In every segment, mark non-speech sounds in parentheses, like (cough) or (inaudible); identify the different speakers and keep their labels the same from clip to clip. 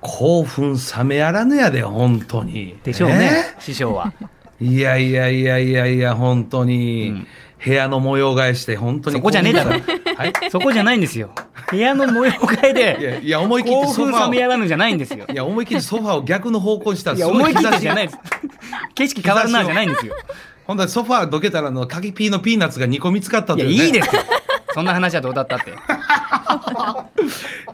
Speaker 1: 興奮冷めやらぬやで、本当に。
Speaker 2: でしょうね、師匠は。
Speaker 1: えーいやいやいやいやいや、本当に。
Speaker 2: うん
Speaker 1: 部屋の模様替えして、本当に
Speaker 2: そこじゃねえだ
Speaker 1: 興
Speaker 2: ろ
Speaker 1: 奮冷めはい
Speaker 2: そこじゃないんですよ。部屋の模様替え
Speaker 1: いや
Speaker 2: で、
Speaker 1: いや、思い切って
Speaker 2: 興
Speaker 1: ソフ
Speaker 2: 奮
Speaker 1: ァ
Speaker 2: 冷
Speaker 1: を、
Speaker 2: めやらぬじゃないんですよ。
Speaker 1: いや、思い切ってソファを逆の方向にしたら、
Speaker 2: い
Speaker 1: す
Speaker 2: や、
Speaker 1: ご
Speaker 2: 思
Speaker 1: い
Speaker 2: い切
Speaker 1: 日
Speaker 2: っ
Speaker 1: 差
Speaker 2: て
Speaker 1: し
Speaker 2: じゃないです。景色変わるなじゃないんですよ。
Speaker 1: ほんとにソファーどけたら、あの、柿ピーのピーナッツが2個見つかった
Speaker 2: い
Speaker 1: と
Speaker 2: や、
Speaker 1: いう、ね。
Speaker 2: いいですよ。そんな話はどうだったって。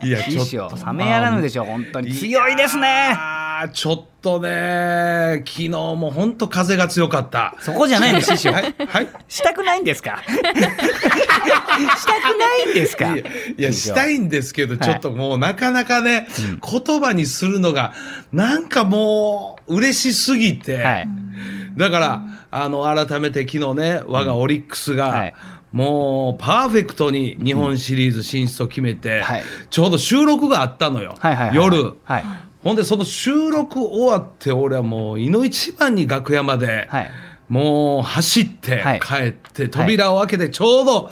Speaker 1: いや、
Speaker 2: いいっしょ。冷めやらぬでしょ、本当に。強いですね。
Speaker 1: あーちょっとね、昨日も本当風が強かった。
Speaker 2: そこじゃないの、師匠
Speaker 1: は。い、はい。
Speaker 2: したくないんですかしたくないんですか
Speaker 1: いやいや、したいんですけど、
Speaker 2: はい
Speaker 1: ちょっともうなかなかね、言葉にするのが、なんかもう嬉しすぎて、
Speaker 2: はい。
Speaker 1: だから、あの、改めて昨日ね、我がオリックスが、
Speaker 2: はい
Speaker 1: もうパーフェクトに日本シリーズ進出を決めて、
Speaker 2: はい
Speaker 1: ちょうど収録があったのよ、
Speaker 2: はいはいはい。
Speaker 1: 夜。
Speaker 2: はい。
Speaker 1: ほんで、その収録終わって、俺はもう、いの一番に楽屋まで、
Speaker 2: はい
Speaker 1: もう走って
Speaker 2: はい
Speaker 1: 帰って、扉を開けて、ちょうど、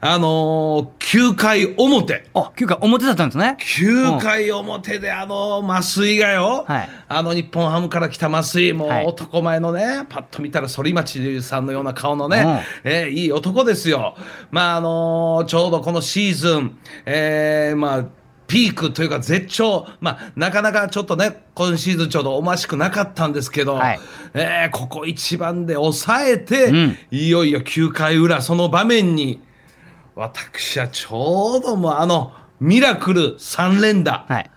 Speaker 1: あのー、9回表。
Speaker 2: あ、休暇表だったんですね。
Speaker 1: 9回表であの麻酔がよ、
Speaker 2: はい
Speaker 1: あの日本ハムから来た麻酔もう
Speaker 2: はい
Speaker 1: 男前のねパッと見たら反町さんのような顔のね、えーいい男ですよ。まああのーちょうどこのシーズン、えーまあピークというか絶頂、まあ、なかなかちょっとね、今シーズンちょうどおましくなかったんですけど、
Speaker 2: はい
Speaker 1: えーここ一番で抑えて、
Speaker 2: うん
Speaker 1: いよいよ9回裏、その場面に私はちょうどもうあのミラクル3連打、
Speaker 2: はい。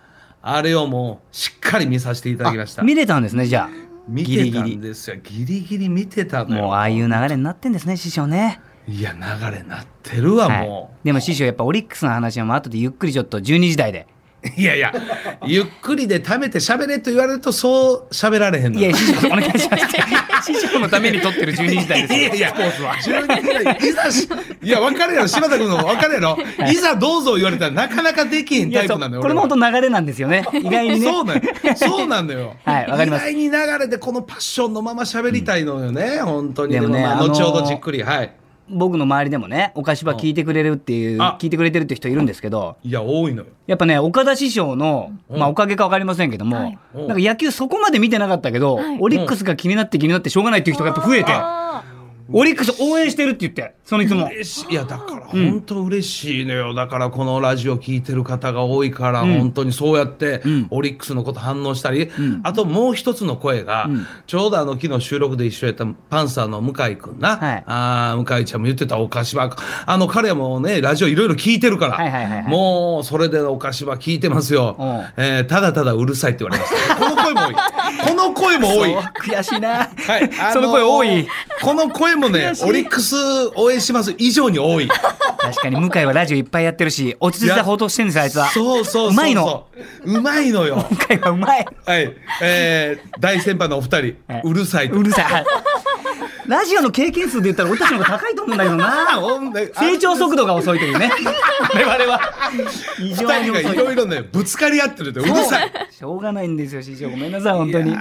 Speaker 1: あれをもうしっかり見させていただきました
Speaker 2: あ見れたんですね、じゃあ。
Speaker 1: 見
Speaker 2: ギリ
Speaker 1: て
Speaker 2: ギ
Speaker 1: た
Speaker 2: リ
Speaker 1: ん。ですよギリギリ見てたのよ
Speaker 2: もうああいう流れになってんですね、師匠ね。
Speaker 1: いや流れなってるわ、
Speaker 2: はい
Speaker 1: も
Speaker 2: でも師匠、やっぱオリックスの話はもう後でゆっくりちょっと12時台で。
Speaker 1: ういやいやゆっくりで貯めて喋れと言われるとそう喋られへんの
Speaker 2: いや、師匠、お願い
Speaker 1: (laughs)
Speaker 2: します。師匠のために撮ってる12時台ですよ。
Speaker 1: いやいや
Speaker 2: スポーツは。
Speaker 1: 12時代いざし、いや、分かるやろ、柴田君の分かるやろ、い、ざどうぞ言われたら、なかなかできへん
Speaker 2: い
Speaker 1: タ
Speaker 2: や
Speaker 1: イ
Speaker 2: そ
Speaker 1: プ
Speaker 2: う
Speaker 1: なのよ。
Speaker 2: これも
Speaker 1: 俺は
Speaker 2: 本当流れなんです
Speaker 1: (laughs)
Speaker 2: よね。意外にね。
Speaker 1: そうな
Speaker 2: (laughs)
Speaker 1: のよ。そうなのよ。
Speaker 2: はいわかります
Speaker 1: 意外に流れでこのパッションのまま喋りたいのよね、本当に。
Speaker 2: でもね
Speaker 1: まあ
Speaker 2: あのー
Speaker 1: 後ほどじっくり、はい。
Speaker 2: 僕の周りでもね、お菓子場聞いてくれるっていう、
Speaker 1: あ
Speaker 2: 聞いてくれてるって人いるんですけど、
Speaker 1: いや、多いのよ。
Speaker 2: やっぱね、岡田師匠の、
Speaker 1: うん
Speaker 2: まあおかげかわかりませんけども、
Speaker 3: はい
Speaker 1: うん
Speaker 2: なんか野球そこまで見てなかったけど、
Speaker 3: はい
Speaker 2: オリックスが気になって気になってしょうがないっていう人がやっぱ増えて、
Speaker 3: あ
Speaker 2: オリックス応援してるって言って、そのいつも。
Speaker 1: 嬉しいいやだから
Speaker 2: うん
Speaker 1: 本当嬉しいのよ、だからこのラジオ聞いてる方が多いから、
Speaker 2: うん
Speaker 1: 本当にそうやって
Speaker 2: うん
Speaker 1: オリックスのこと反応したり、
Speaker 2: ん
Speaker 1: あともう一つの声が、
Speaker 2: うん
Speaker 1: ちょうどあの昨日収録で一緒やったパンサーの向井君な、
Speaker 2: はい
Speaker 1: あー向井ちゃんも言ってたお菓子場あの彼もねラジオいろいろ聞いてるから、
Speaker 2: はいはいはいはい
Speaker 1: もうそれでお菓子場聞いてますよ、
Speaker 2: うん
Speaker 1: えーただただうるさいって言われましたこの声も多
Speaker 2: (laughs)
Speaker 1: いこの声も多い
Speaker 2: そう悔しいな。
Speaker 1: はい、
Speaker 2: (laughs) その声多い。。
Speaker 1: この声もね
Speaker 2: 悔し、い
Speaker 1: オリックス応援します以上に多い。
Speaker 2: 確かに向井はラジオいっぱいやってるし、落ち着いた報道してるんですよ、あいつは。
Speaker 1: そうそうそうそう。
Speaker 2: うまいの。
Speaker 1: うまいのよ。
Speaker 2: 向井はうまい。
Speaker 1: はい、えー、大先輩のお二人、
Speaker 2: はいう
Speaker 1: るさいと。
Speaker 2: うるさい。ラジオの経験数で言ったら俺たちの方が高いと思うんだけど
Speaker 1: あ、
Speaker 2: な。
Speaker 1: ほんで、
Speaker 2: 成長速度が遅いというね。我々は。異
Speaker 1: あ
Speaker 2: 常
Speaker 1: 二
Speaker 2: に
Speaker 1: 人が
Speaker 2: 遅
Speaker 1: い
Speaker 2: い。
Speaker 1: ろいろね、ぶつかり合ってるって、うるさい。
Speaker 2: しょうがないんですよ、師匠。ごめんなさい、本当に。い
Speaker 1: い
Speaker 2: や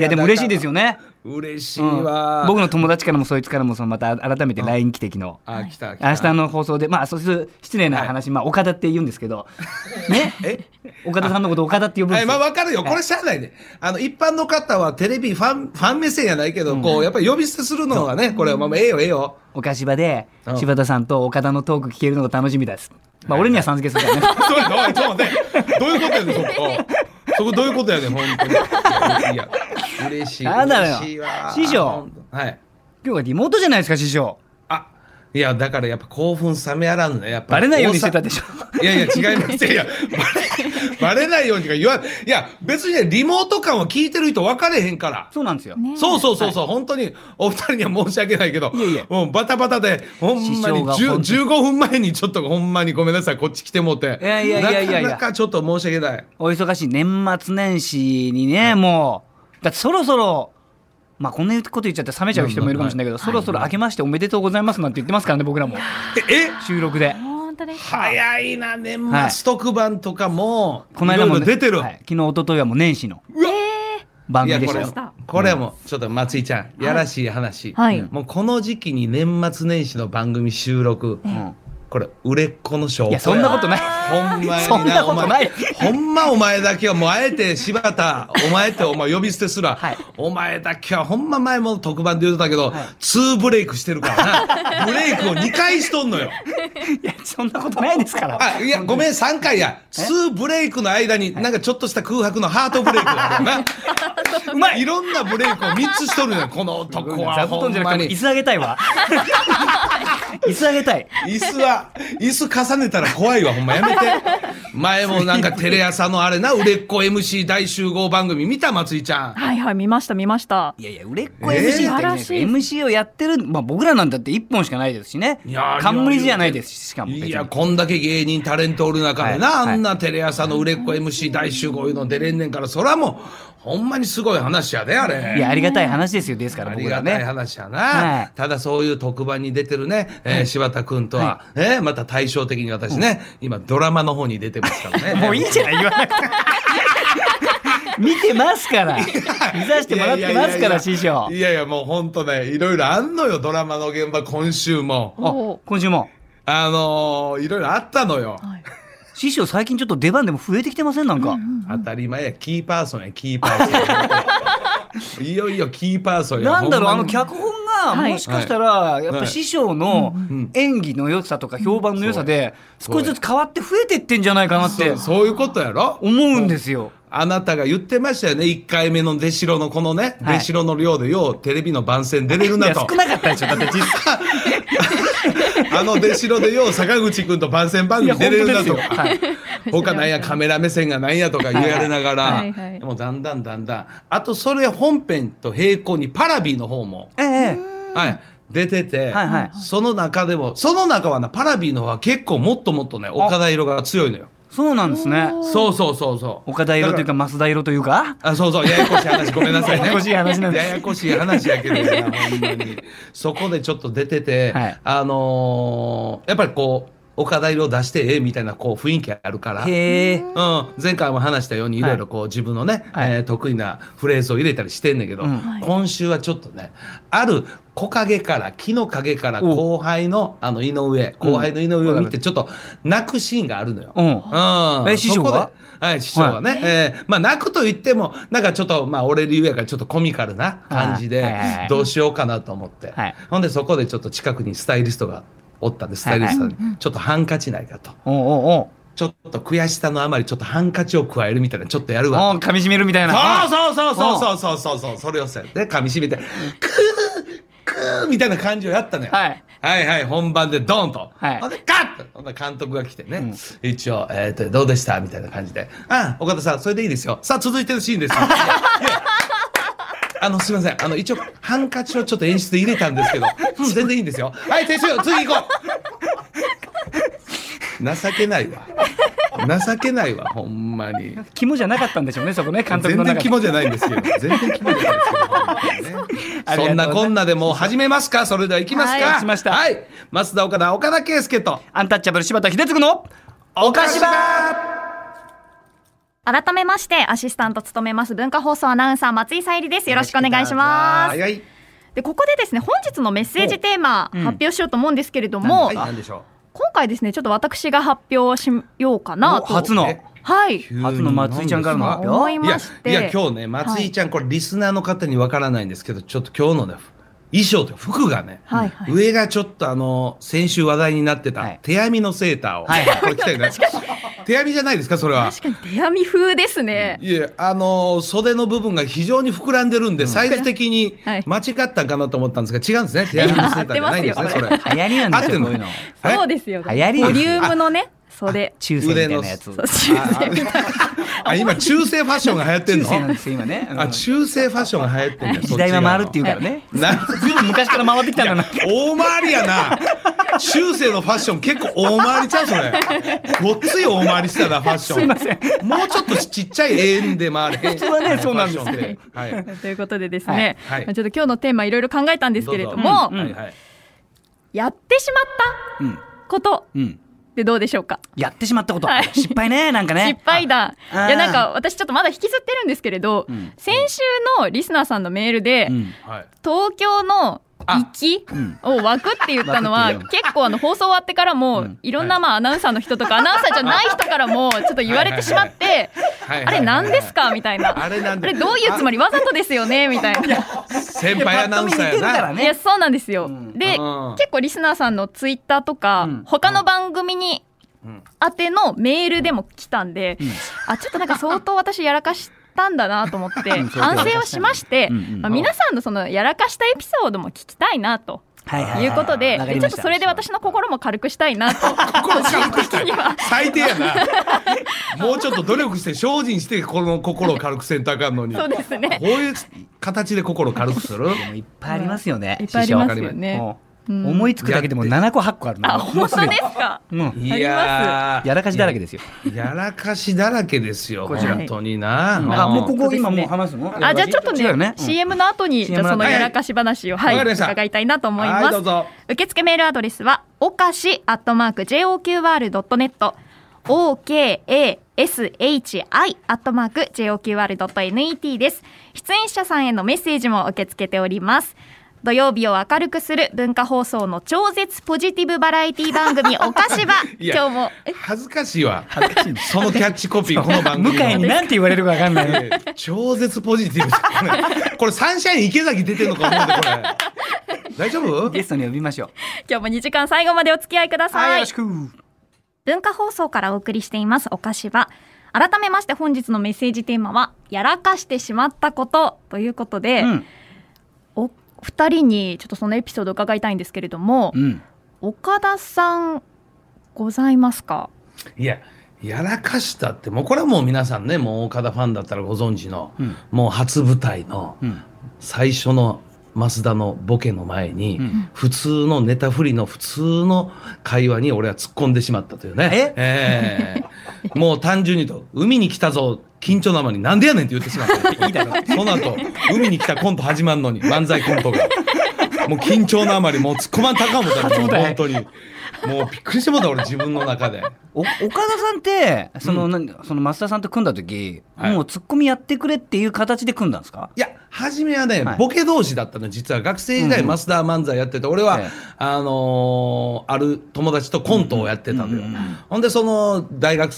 Speaker 1: やー
Speaker 2: でも嬉しいですよね。
Speaker 1: 嬉しい
Speaker 2: うん
Speaker 1: わ。
Speaker 2: 僕の友達からもそいつからもそのまた改めて LINE 来て昨日
Speaker 1: あ、来た、来た。
Speaker 2: 明日の放送でまあそういう失礼な話、まあ岡田って言うんです
Speaker 1: (laughs)
Speaker 2: けどね
Speaker 1: え
Speaker 2: 岡田さんのこと岡田って呼ぶんで
Speaker 1: はい、
Speaker 2: す
Speaker 1: まあ
Speaker 2: よ
Speaker 1: わかるよ。これしゃあないね。あの、一般の方はテレビファン、ファン目線やないけど、こう、やっぱり呼び捨てするのがね、これはまあまあ、ええよ、ええよ。
Speaker 2: 岡芝で
Speaker 1: うん
Speaker 2: 柴田さんと岡田のトーク聞けるのが楽しみですまあ俺にはさん付けするから
Speaker 1: (laughs)
Speaker 2: ね
Speaker 1: そうやねおいちょっと待ってどういうことやねん、そこ。そこどういうことやねん、ほんとに。いや、嬉しい。
Speaker 2: なんだよ
Speaker 1: 嬉しいわ
Speaker 2: 師匠
Speaker 1: ほんとはい。
Speaker 2: 今日はリモートじゃないですか師匠
Speaker 1: あ、いや、だからやっぱ興奮冷めやらんね。やっぱ
Speaker 2: バレないようにしてたでしょ
Speaker 1: ょ。いやいや、違います。いや、バレ、バレないようにとか言わんいや、別にね、リモート感は聞いてる人分かれへんから。
Speaker 2: そうなんですよ、
Speaker 3: ね
Speaker 1: そうそうそうそう、本当にお二人には申し訳ないけど、
Speaker 2: いえいえ
Speaker 1: もうバタバタで、ほん
Speaker 2: 師
Speaker 1: まに
Speaker 2: 匠が
Speaker 1: 10
Speaker 2: 本当に
Speaker 1: 15分前にちょっとほんまにごめんなさい、こっち来てもうて。
Speaker 2: いやいやいやいやいや
Speaker 1: なかなかちょっと申し訳ない。
Speaker 2: お忙しい年末年始にね、もうだってそろそろまあこんなこと言っちゃって冷めちゃう人もいるかもしれないけど、そろそろ明けましておめでとうございますなんて言ってますからね僕らも
Speaker 1: ええ
Speaker 2: 収録で
Speaker 3: ー本当ですか。
Speaker 1: 早いな年末特番とかも、
Speaker 2: こ
Speaker 1: こ
Speaker 2: の
Speaker 1: の
Speaker 2: 間
Speaker 1: 間
Speaker 2: もね、
Speaker 1: も出てる、
Speaker 2: はい昨日一昨日はもう年始の
Speaker 3: え
Speaker 2: 番
Speaker 1: い
Speaker 2: 組
Speaker 1: や
Speaker 2: で
Speaker 1: こ
Speaker 2: した
Speaker 1: れ
Speaker 2: よ
Speaker 1: これはもうちょっと松井ちゃん、やらしい話、
Speaker 3: はい
Speaker 1: もうこの時期に年末年始の番組収録、
Speaker 2: うん
Speaker 1: これ売れっ子の証拠
Speaker 2: いやそんなことない
Speaker 1: ほんまにな
Speaker 2: そんなことない
Speaker 1: お前ほんまお前だけはもうあえて柴田お前ってお前呼び捨てすら、
Speaker 2: はい
Speaker 1: お前だけはほんま前も特番で言うてたけど、ツーブレイクしてるからなブレイクを2回しとんのよ
Speaker 2: いやそんなことないですから
Speaker 1: あいやごめん3回や2ブレイクの間になんかちょっとした空白のハートブレイクがあるよな
Speaker 2: (laughs)
Speaker 1: うまいいろんなブレイクを3つしとるのよこの男は
Speaker 2: 座布
Speaker 1: ほ
Speaker 2: 団
Speaker 1: ん
Speaker 2: じゃな
Speaker 1: ま
Speaker 2: くてもう
Speaker 1: に
Speaker 2: 椅子あげた
Speaker 1: (laughs)
Speaker 2: いわ椅子あげたい
Speaker 1: 椅子は椅子重ねたら怖いわほんまやめて前もなんかテレ朝のあれな売れっ子 MC 大集合番組見た松井ちゃん
Speaker 3: はいはい、見ました、見ました。
Speaker 2: いやいや売れっ子
Speaker 1: えー
Speaker 2: MC ってわけじゃないです
Speaker 3: 素晴ら
Speaker 2: MC をやってる、まあ、僕らなんだって1本しかないですしね
Speaker 1: いやー
Speaker 2: 冠じゃないですししかも別に
Speaker 1: いやこんだけ芸人タレントおる中でな、
Speaker 2: はい
Speaker 1: あんなテレ朝の売れっ子 MC 大集合いうの出れんねんからそらもうほんまにすごい話やであれ
Speaker 2: いやありがたい話ですよですから
Speaker 1: あ
Speaker 2: 僕
Speaker 1: り
Speaker 2: ら
Speaker 1: がたい
Speaker 2: ね
Speaker 1: 話やな、
Speaker 2: はい
Speaker 1: ただそういう特番に出てるね、えー柴田君とは、えーまた対照的に私ね、今ドラマの方に出てますからね
Speaker 2: (laughs) もういいじゃない言わなくて (laughs) 見てますから見させてもらってますから師匠
Speaker 1: いやいやもう本当ねいろいろあんのよドラマの現場今週も
Speaker 3: お
Speaker 2: あ今週も
Speaker 1: あのーいろいろあったのよ、
Speaker 3: はい、
Speaker 2: 師匠最近ちょっと出番でも増えてきてませんなんか、
Speaker 1: 当たり前やキーパーソンやキーパ
Speaker 2: (laughs)
Speaker 1: ーソンいよいよキーパーソンや
Speaker 2: なんだろう
Speaker 1: ほ
Speaker 2: あ
Speaker 1: ま
Speaker 2: の
Speaker 1: に
Speaker 2: 脚本が
Speaker 3: はい
Speaker 2: もしかしたらやっ
Speaker 1: は
Speaker 2: ぱ
Speaker 1: い
Speaker 2: 師匠の
Speaker 1: ん
Speaker 2: 演技の良さとか評判の良さで少しずつ変わって増えてってんじゃないかなって
Speaker 1: そうそういうことやろ
Speaker 2: 思うんですよ。
Speaker 1: あなたが言ってましたよね1回目の出城のこのね、
Speaker 2: はい
Speaker 1: 出城の量でようテレビの番宣出れる
Speaker 2: い
Speaker 1: な
Speaker 2: や
Speaker 1: と
Speaker 2: 少なかったでしょだって実際
Speaker 1: (laughs) あの出城でよう坂口君と番宣番組出れるなとか、
Speaker 2: いや本当で
Speaker 1: 他なんやカメラ目線がなんやとか言われながら、
Speaker 3: はいはい
Speaker 1: でもだんだんだんだんあとそれ本編と並行にパラビの方も、
Speaker 2: ええ
Speaker 1: はい、出てて、
Speaker 2: はいはい
Speaker 1: その中でもその中はなパラビの方は結構もっともっとね岡田色が強いのよ。
Speaker 2: そうなんですね。
Speaker 1: そうそうそうそう。
Speaker 2: 岡田色というか増田色というか
Speaker 1: あそうそうややこしい話ごめんなさいね。
Speaker 2: (laughs) ややこしい話なんです
Speaker 1: ややこしい話やけどねほんま
Speaker 2: (laughs)
Speaker 1: にそこでちょっと出てて、
Speaker 2: はい
Speaker 1: あのーやっぱりこう岡田色を出してええみたいなこう雰囲気あるから。
Speaker 2: へえ。
Speaker 1: うん、前回も話したようにい
Speaker 2: はい
Speaker 1: ろいろこう自分のね、
Speaker 2: はい
Speaker 1: えー得意なフレーズを入れたりしてんねんけど、
Speaker 2: うん
Speaker 3: はい
Speaker 1: 今週はちょっとねある木陰から木の陰から
Speaker 2: お
Speaker 1: 後輩のあの井上後輩の井上を見てちょっと泣くシーンがあるのよ。
Speaker 2: うん。
Speaker 1: うん、
Speaker 2: え師匠は
Speaker 1: そこではい、師匠はね、えーまあ、泣くと言っても、なんかちょっと、まあ、俺流やから、ちょっとコミカルな感じ
Speaker 2: はいはいは
Speaker 1: で
Speaker 2: い、
Speaker 1: どうしようかなと思って、
Speaker 2: はい
Speaker 1: ほんで、そこでちょっと近くにスタイリストがおったんで、スタイリストに、ちょっとハンカチないかと、
Speaker 2: おうおうおう
Speaker 1: ちょっと悔しさのあまりちょっとハンカチを加えるみたいなちょっとやる
Speaker 2: お
Speaker 1: わ
Speaker 2: う。噛み締めるみたいな。
Speaker 1: そうそうそうそうそうそうそうそうそれをさで噛み締めてクークーみたいな感じをやったのよ。
Speaker 2: はい。
Speaker 1: はいはい本番でドーンと。
Speaker 2: はい
Speaker 1: ほんでカッとほんで監督が来てね、一応、えーと「どうでした?」みたいな感じで「あ岡田さんそれでいいですよさあ続いてるシーンです」いやいやあのすみませんあの一応ハンカチをちょっと演出で入れたんですけど、うん全然いいんですよはい手順次行こう情けないわ情けないわほんまに
Speaker 2: 肝じゃなかったんでしょうねそこね監督の
Speaker 1: 全然
Speaker 2: 中で。
Speaker 1: 肝じゃないんですけど全然肝じゃないんですけど、
Speaker 2: (laughs) ありがとうございます
Speaker 1: そんなこんなでもう始めますかそれでは行きますか
Speaker 2: はい行きました
Speaker 1: はい増田岡田岡田圭佑と
Speaker 2: アンタッチャブル柴田秀嗣の
Speaker 1: 岡島
Speaker 3: 改めまして、アシスタント務めます文化放送アナウンサー松井さゆりです。よろしくお願いしま
Speaker 1: はい
Speaker 3: す。
Speaker 1: はい
Speaker 3: で、ここでですね、本日のメッセージテーマ
Speaker 2: うん
Speaker 3: 発表しようと思うんですけれども、
Speaker 1: はい何でしょ
Speaker 3: 今回ですね、ちょっと私が発表しようかな
Speaker 2: お
Speaker 3: と。
Speaker 2: 初
Speaker 1: う
Speaker 2: の
Speaker 1: え
Speaker 3: はい。
Speaker 1: 急に
Speaker 2: 初の松井ちゃんからの
Speaker 1: 何
Speaker 2: 発
Speaker 1: です
Speaker 3: 思い
Speaker 2: 表。
Speaker 3: まして。
Speaker 1: いやいや今日ね松井ちゃん、これリスナーの方にわからないんですけどちょっと今日のね衣装というか服がね、
Speaker 3: はいはい
Speaker 1: 上がちょっとあの先週話題になってた、
Speaker 2: はい
Speaker 1: 手編みのセーターを、
Speaker 2: はいはい
Speaker 1: これ着たよね手編みじゃないですかそれは
Speaker 3: 確かに手編み風ですね。
Speaker 1: いえ、あのー袖の部分が非常に膨らんでるんで、サイズ的に
Speaker 3: はい
Speaker 1: 間違ったんかなと思ったんですが、違うんですね。手編みのセーターじゃないん
Speaker 2: (laughs)
Speaker 1: ですね、
Speaker 3: いや
Speaker 1: そ
Speaker 3: 合
Speaker 1: れ
Speaker 3: っ。
Speaker 2: 流行りなんですよ
Speaker 1: 合
Speaker 2: こ
Speaker 1: っ
Speaker 2: うい
Speaker 1: て
Speaker 2: う
Speaker 1: る
Speaker 2: の。
Speaker 1: え
Speaker 3: そうですよ。ボ
Speaker 2: 流
Speaker 3: リ
Speaker 2: 行りです
Speaker 3: ュ
Speaker 2: よ
Speaker 3: ームのね、袖。
Speaker 2: 中世みたいなやつ
Speaker 1: 腕。
Speaker 3: そう中世
Speaker 1: あ、今、中性ファッションが流行ってん
Speaker 2: 中世なん
Speaker 1: の
Speaker 2: ですよ今ね。うん
Speaker 1: あ、中性ファッションが流行ってんの
Speaker 2: 時代は回るっていう
Speaker 1: う。
Speaker 2: からね。
Speaker 1: な、
Speaker 2: ずいぶん昔から回ってきたんだな。
Speaker 1: 大回りやな。中世のファッション結構大回りちゃう、それ。ごっつい大回りしたな、ファッション。
Speaker 2: すいません。
Speaker 1: もうちょっとちっちゃい円で回れへん。普
Speaker 2: 通はねそうなんです
Speaker 1: ね。はい。
Speaker 3: ということでですね、
Speaker 1: はいはい
Speaker 3: ちょっと今日のテーマいろいろ考えたんですけれど
Speaker 2: ど
Speaker 3: も、
Speaker 2: うぞうん
Speaker 1: はいはい。
Speaker 3: やってしまっ
Speaker 2: うん
Speaker 3: たこと
Speaker 2: うん。
Speaker 3: ってどうでしょうか、
Speaker 2: やってしまったこと
Speaker 3: はい。
Speaker 2: 失敗ねなんかね。
Speaker 3: 失敗談い
Speaker 2: あー
Speaker 3: やなんか私ちょっとまだ引きずってるんですけれど、
Speaker 2: ん
Speaker 3: 先週のリスナーさんのメールで、
Speaker 2: うん。
Speaker 1: はい。
Speaker 3: 東京の
Speaker 1: あ
Speaker 4: きを枠って言ったのは
Speaker 2: 枠って
Speaker 4: 結構あの放送終わってからも
Speaker 2: うん
Speaker 4: いろんなまあアナウンサーの人とかアナウンサーじゃない人からもちょっと言われてしまって
Speaker 1: はいはい
Speaker 4: あ
Speaker 1: はい
Speaker 4: れ何ですかみたいな
Speaker 1: あ
Speaker 4: あ
Speaker 1: れなんで
Speaker 4: れどういうつもりわざとですよねみたいな
Speaker 1: 先輩アナウンサーやな。
Speaker 4: いやそうなんですよ
Speaker 2: うん
Speaker 4: で
Speaker 1: うん
Speaker 4: 結構リスナーさんのツイッターとか
Speaker 2: うん
Speaker 4: 他の番組に
Speaker 1: うん
Speaker 4: 宛てのメールでも来たんで
Speaker 2: うん
Speaker 4: あちょっとなんか相当私やらかしたんだなと思って
Speaker 2: うん
Speaker 4: 反省をしまして
Speaker 2: うんうん
Speaker 4: まあ皆さんのそのやらかしたエピソードも聞きたいなと
Speaker 2: はいはい
Speaker 4: いうことで
Speaker 2: わか
Speaker 4: で
Speaker 2: り
Speaker 4: ち
Speaker 2: ま
Speaker 4: ょ
Speaker 2: し
Speaker 4: っと
Speaker 2: た
Speaker 4: それで私の心も軽くしたいなと個人 (laughs) 的には
Speaker 1: 最低やな。もうちょっと努力して精進してこの心を軽くせんとあかんのに。
Speaker 4: そうですね
Speaker 1: こういう形で心を軽くす
Speaker 4: (laughs)
Speaker 1: る。
Speaker 2: もういっぱいありますよね
Speaker 4: いっぱいありま
Speaker 1: か
Speaker 4: す
Speaker 1: りま
Speaker 4: よ
Speaker 1: す
Speaker 4: ね
Speaker 2: もう思いつくだけでも7個8個あるの
Speaker 4: あ
Speaker 2: も
Speaker 4: 本
Speaker 2: うす
Speaker 4: 当
Speaker 2: ぐ
Speaker 4: ですか
Speaker 2: うん
Speaker 1: い
Speaker 4: あ
Speaker 1: やー
Speaker 2: やらかしだらけですよ
Speaker 1: やらかしだらけですよ。
Speaker 2: こちら
Speaker 1: 本当にな。ん
Speaker 2: あもうこ
Speaker 4: そう
Speaker 2: こ
Speaker 4: ですね
Speaker 2: 今もう話すの
Speaker 4: あじゃあちょっと
Speaker 2: 違うよ
Speaker 4: ね
Speaker 2: ね
Speaker 4: CM の後にじ
Speaker 2: CM
Speaker 4: ゃあそ
Speaker 2: の
Speaker 4: の
Speaker 2: 後
Speaker 4: やらかし話をは
Speaker 1: はい
Speaker 4: い
Speaker 1: わかりました
Speaker 4: 伺いたいなと思い
Speaker 1: はい
Speaker 4: ま
Speaker 1: どう
Speaker 4: す
Speaker 1: ぞ。
Speaker 4: 受付メールアドレスはおかし @joqr.net okashi アットマーク joqr.net です。出演者さんへのメッセージも受け付けております。土曜日を明るくする文化放送の超絶ポジティブバラエティ
Speaker 2: (laughs)
Speaker 4: 番組おかしば
Speaker 1: いや
Speaker 4: 今日もえ
Speaker 1: 恥ずかしいわ。
Speaker 2: 恥ずかしいね
Speaker 1: そのキャッチコピ
Speaker 4: (laughs)
Speaker 1: ー、この番
Speaker 2: 向
Speaker 1: 組の。
Speaker 2: 井に何て言われるか分かんない
Speaker 1: (laughs)
Speaker 2: ね
Speaker 1: えー超絶ポジティブ。これサンシャイン池崎出てんのか思うんで、これ。大丈夫
Speaker 2: ゲストに呼びましょう
Speaker 4: 今日も2時間最後までお付き合いくださ
Speaker 2: は
Speaker 4: い。
Speaker 2: いよろしく
Speaker 4: 文化放送からお送りしていますおかしば改めまして本日のメッセージテーマはやらかしてしまったことということで、
Speaker 2: うん
Speaker 4: お二人にちょっとそのエピソードを伺いたいんですけれども
Speaker 2: う、ん
Speaker 4: 岡田さんございますか
Speaker 1: いや、やらかしたって、もうこれはもう皆さんね、もう岡田ファンだったらご存知の、
Speaker 2: うん
Speaker 1: もう初舞台の
Speaker 2: うん
Speaker 1: 最初の増田のボケの前に、
Speaker 2: うん
Speaker 1: 普通のネタ振りの普通の会話に俺は突っ込んでしまったというね。
Speaker 2: え
Speaker 1: ええもう単純に言うと、海に来たぞ、緊張なのになんでやねんって言ってしまった。いいだろ。その後、海に来たコント始まんのに、漫才コントが。もう緊張のあまり、もう突っ込まんたかんもたもう本当に。もうびっくりしてもうた俺自分の中で。
Speaker 2: お岡田さんってその、なんその増田さんと組んだ時、
Speaker 1: はい
Speaker 2: もうツッコミやってくれっていう形で組んだんですか
Speaker 1: いや、初めはね、
Speaker 2: はい
Speaker 1: ボケ同士だったの、実は学生時代、
Speaker 2: うんうん
Speaker 1: マスター漫才やってて、俺は、
Speaker 2: ええ
Speaker 1: あのーある友達とコントをやってたのよ。
Speaker 2: うんうんうん
Speaker 1: ほんで、その、大学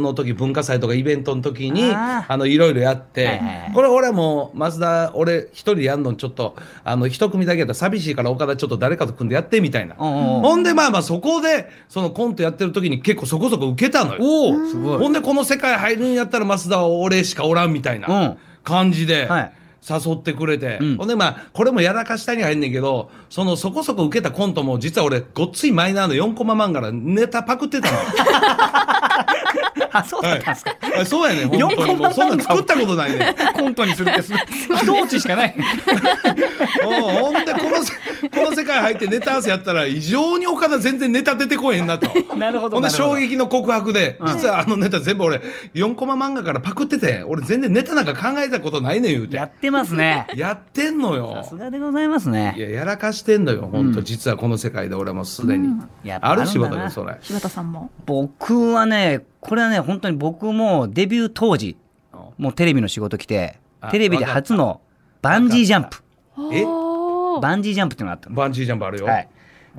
Speaker 1: の時、文化祭とかイベントの時に、あ
Speaker 2: あー
Speaker 1: の、いろいろやって、
Speaker 2: はいはいはい
Speaker 1: これ俺はもう、マスダ、俺一人でやるのちょっと、あの、一組だけやったら寂しいから、岡田ちょっと誰かと組んでやって、みたいな。
Speaker 2: お
Speaker 1: ほんで、まあまあ、そこで、そのコントやってる時に結構そこそこ受けたのよ。
Speaker 2: おーすごい
Speaker 1: ほんで、この世界入るんやったら、マスダは俺しかおらん、みたいな。
Speaker 2: うん
Speaker 1: 感じで
Speaker 2: はい
Speaker 1: 誘ってくれて、
Speaker 2: うん
Speaker 1: ほんでまあこれもやらかしたには入んねんけどそのそこそこ受けたコントも実は俺ごっついマイナーの4コマ漫画からネタパクってたの、
Speaker 2: (laughs) あそうだったんですか、
Speaker 1: はい、そうやねん本当に
Speaker 2: 4コマ漫画
Speaker 1: もうそんなん作ったことないねん
Speaker 2: コントにするってすごい一落ちしかない
Speaker 1: うんほんでこのせ (laughs) この世界入ってネタ合わせやったら異常に岡田全然ネタ出てこへんなと。
Speaker 2: (laughs) なるほど
Speaker 1: ほんで
Speaker 2: なるほど
Speaker 1: 衝撃の告白で、
Speaker 2: うん
Speaker 1: 実はあのネタ全部俺4コマ漫画からパクってて俺全然ネタなんか考えたことないねん言うて
Speaker 2: や
Speaker 1: や
Speaker 2: ってま
Speaker 1: (laughs)
Speaker 2: すね
Speaker 1: ってんのよ
Speaker 2: さすがでございます
Speaker 1: い
Speaker 2: ね
Speaker 1: ややらかしてんのよ本当、
Speaker 2: うん
Speaker 1: 実はこの世界で俺はもうすでに、
Speaker 4: うん
Speaker 2: やっぱ
Speaker 1: ある
Speaker 2: んだな
Speaker 1: 仕事でそれ
Speaker 4: 柴田さんも
Speaker 2: 僕はねこれはね本当に僕もデビュー当時もうテレビの仕事来て
Speaker 1: あ
Speaker 2: テレビで初のバンジージャンプ
Speaker 1: え
Speaker 4: おー
Speaker 2: バンジージャンプっていうのがあったの
Speaker 1: バンジージャンプあるよ、
Speaker 2: はい、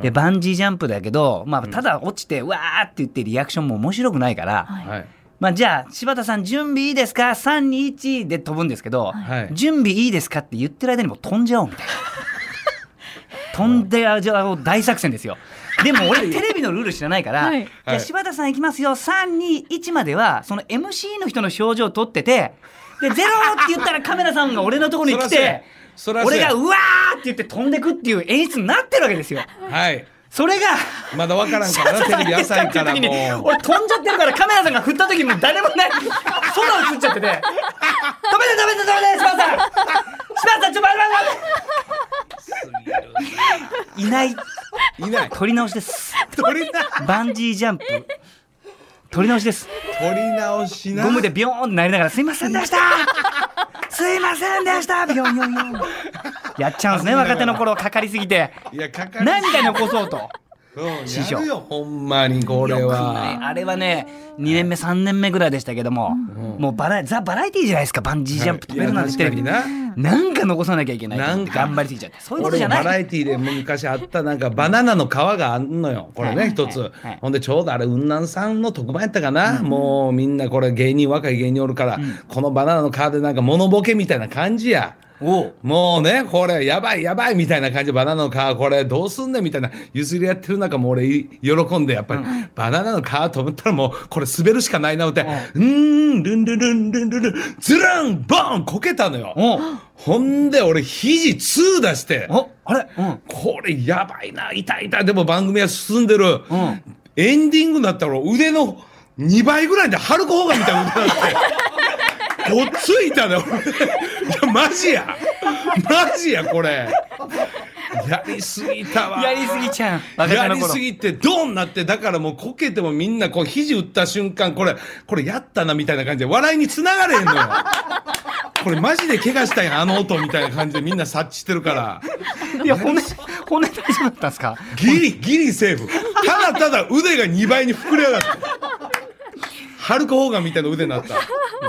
Speaker 2: でバンジージャンプだけど、まあ、ただ落ちて、うわーって言ってリアクションも面白くないから、
Speaker 1: はい
Speaker 2: まあ、じゃあ柴田さん準備いいですか321で飛ぶんですけど、
Speaker 1: はい
Speaker 2: 準備いいですかって言ってる間にもう飛んじゃおうみた
Speaker 1: (laughs)
Speaker 2: いな飛んであじゃあ大作戦ですよでも俺テレビのルール知らないから、
Speaker 4: はい
Speaker 2: じゃあ柴田さんいきますよ321まではその MC の人の表情を撮っててで「ゼロ!」って言ったらカメラさんが俺のところに来て
Speaker 1: そらそう
Speaker 2: 俺
Speaker 1: や
Speaker 2: が「うわ!」って言って飛んでくっていう演出になってるわけですよ。
Speaker 1: はい
Speaker 2: それが
Speaker 1: まだわからん
Speaker 2: (laughs)
Speaker 1: からなテレビ浅いからも
Speaker 2: に
Speaker 1: う
Speaker 2: 俺飛んじゃってるからカメラさんが振った時にもう誰もいない空映っちゃってて「止めて止めて止めて柴田さん柴田さんちょっと待って待って待って」いない
Speaker 1: いない
Speaker 2: 撮り直しです
Speaker 1: 取りな
Speaker 2: バンジージャンプ撮り直しです
Speaker 1: 取り直しな
Speaker 2: ゴムでビョーンってなりながら「すいませんでしたすいませんでしたビョンビョンビョン」やっちゃうんですね若手の頃かかりすぎて
Speaker 1: いやかかる
Speaker 2: 涙残そうと。師
Speaker 1: うん
Speaker 2: 匠
Speaker 1: やるよほんまにこれは
Speaker 2: あれはね2年目3年目ぐらいでしたけども、もうバラザ・バラエティーじゃないですかバンジージャンプとか
Speaker 1: いや
Speaker 2: なんてテレビ
Speaker 1: 確かにな
Speaker 2: なんか残さなきゃいけないと思っ
Speaker 1: な
Speaker 2: て
Speaker 1: んか
Speaker 2: 頑張りすぎちゃってそういうこと
Speaker 1: 俺
Speaker 2: じ
Speaker 1: も
Speaker 2: ゃな
Speaker 1: バ
Speaker 2: い
Speaker 1: ラエティで昔あったなんかバナナの皮があんのよこれ
Speaker 2: はい
Speaker 1: ね一つ、
Speaker 2: はいはい
Speaker 1: ほんでちょうどあれ雲南さんの特番やったかな、もうみんなこれ芸人若い芸人おるから、このバナナの皮でなんかモノボケみたいな感じや
Speaker 2: おう
Speaker 1: もうねこれやばいやばいみたいな感じでバナナの皮これどうすんねんみたいなゆすりやってる中もう俺い喜んでやっぱり、バナナの皮と思ったらもうこれ滑るしかないな思ってうーんルンルンルンルンルンルンズルンボーンこけたのよ
Speaker 2: おう
Speaker 1: ほんで俺肘2出して
Speaker 2: おあれうん
Speaker 1: これやばいな、痛い痛い。でも番組は進んでる。
Speaker 2: うん
Speaker 1: エンディングになったら腕の2倍ぐらいでハルコホーガンみたいな腕 (laughs) になって。ごっついたね、俺。いや、マジや。マジや、これ。やりすぎたわ。
Speaker 2: やりすぎちゃん若手
Speaker 1: や
Speaker 2: の
Speaker 1: り
Speaker 2: 頃
Speaker 1: すぎてドンなってだからもうこけてもみんなこう肘打った瞬間これこれやったなみたいな感じで笑いにつながれへんのよこれマジで怪我したんやあの音みたいな感じでみんな察知してるから
Speaker 2: いや骨骨大丈夫だったんですか
Speaker 1: ギリギリセーフただただ腕が2倍に膨れ上がったハルク・ホーガンみたいな腕になった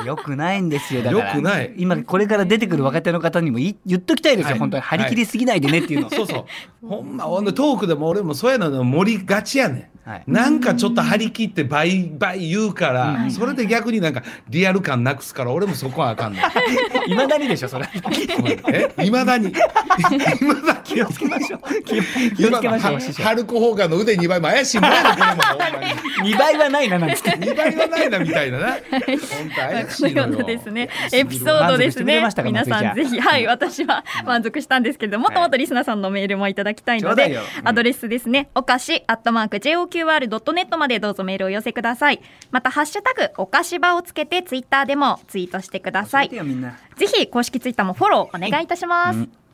Speaker 2: よくないんですよだから
Speaker 1: 良くない
Speaker 2: 今これから出てくる若手の方にもい言っときたいですよ、
Speaker 1: はい
Speaker 2: 本当に張り切りすぎないでねっていうの、
Speaker 1: そうそうほんまほんでトークでも俺もそうやのよ盛りがちやねん、
Speaker 2: はい
Speaker 1: なんかちょっと張り切って倍倍言うから、
Speaker 2: うん
Speaker 1: それで逆になんかリアル感なくすから俺もそこはあかんねん
Speaker 2: いまだにでしょそれ
Speaker 1: いまだに。いまだ気をつけましょう。気を
Speaker 2: つけましょう師匠
Speaker 1: ハルコ・ホーガンの腕2倍も怪しいもんやねんこれもほんまに。
Speaker 2: 2倍はないななんつって
Speaker 1: 2倍はないなみたいなな。本当怪しいの
Speaker 4: このよう
Speaker 1: よ
Speaker 4: なですね、エピソードで
Speaker 2: 満足して
Speaker 4: す
Speaker 2: くれ
Speaker 4: ね
Speaker 2: ました。か
Speaker 4: 皆さん
Speaker 2: 松井
Speaker 4: ぜ
Speaker 2: ち
Speaker 4: ひ、はい、私は満足したんですけれども、もっともっとリスナーさんのメールもいただきたいの
Speaker 2: ちょう
Speaker 4: で
Speaker 2: だいよ、うん
Speaker 4: アドレスですね、おかし、アットマーク、JOQR.net までどうぞメールをお寄せください。また、ハッシュタグ、おかしばをつけて、ツイッターでもツイートしてください。
Speaker 2: よみんな
Speaker 4: ぜひ、公式ツイッターもフォローお願いいたします。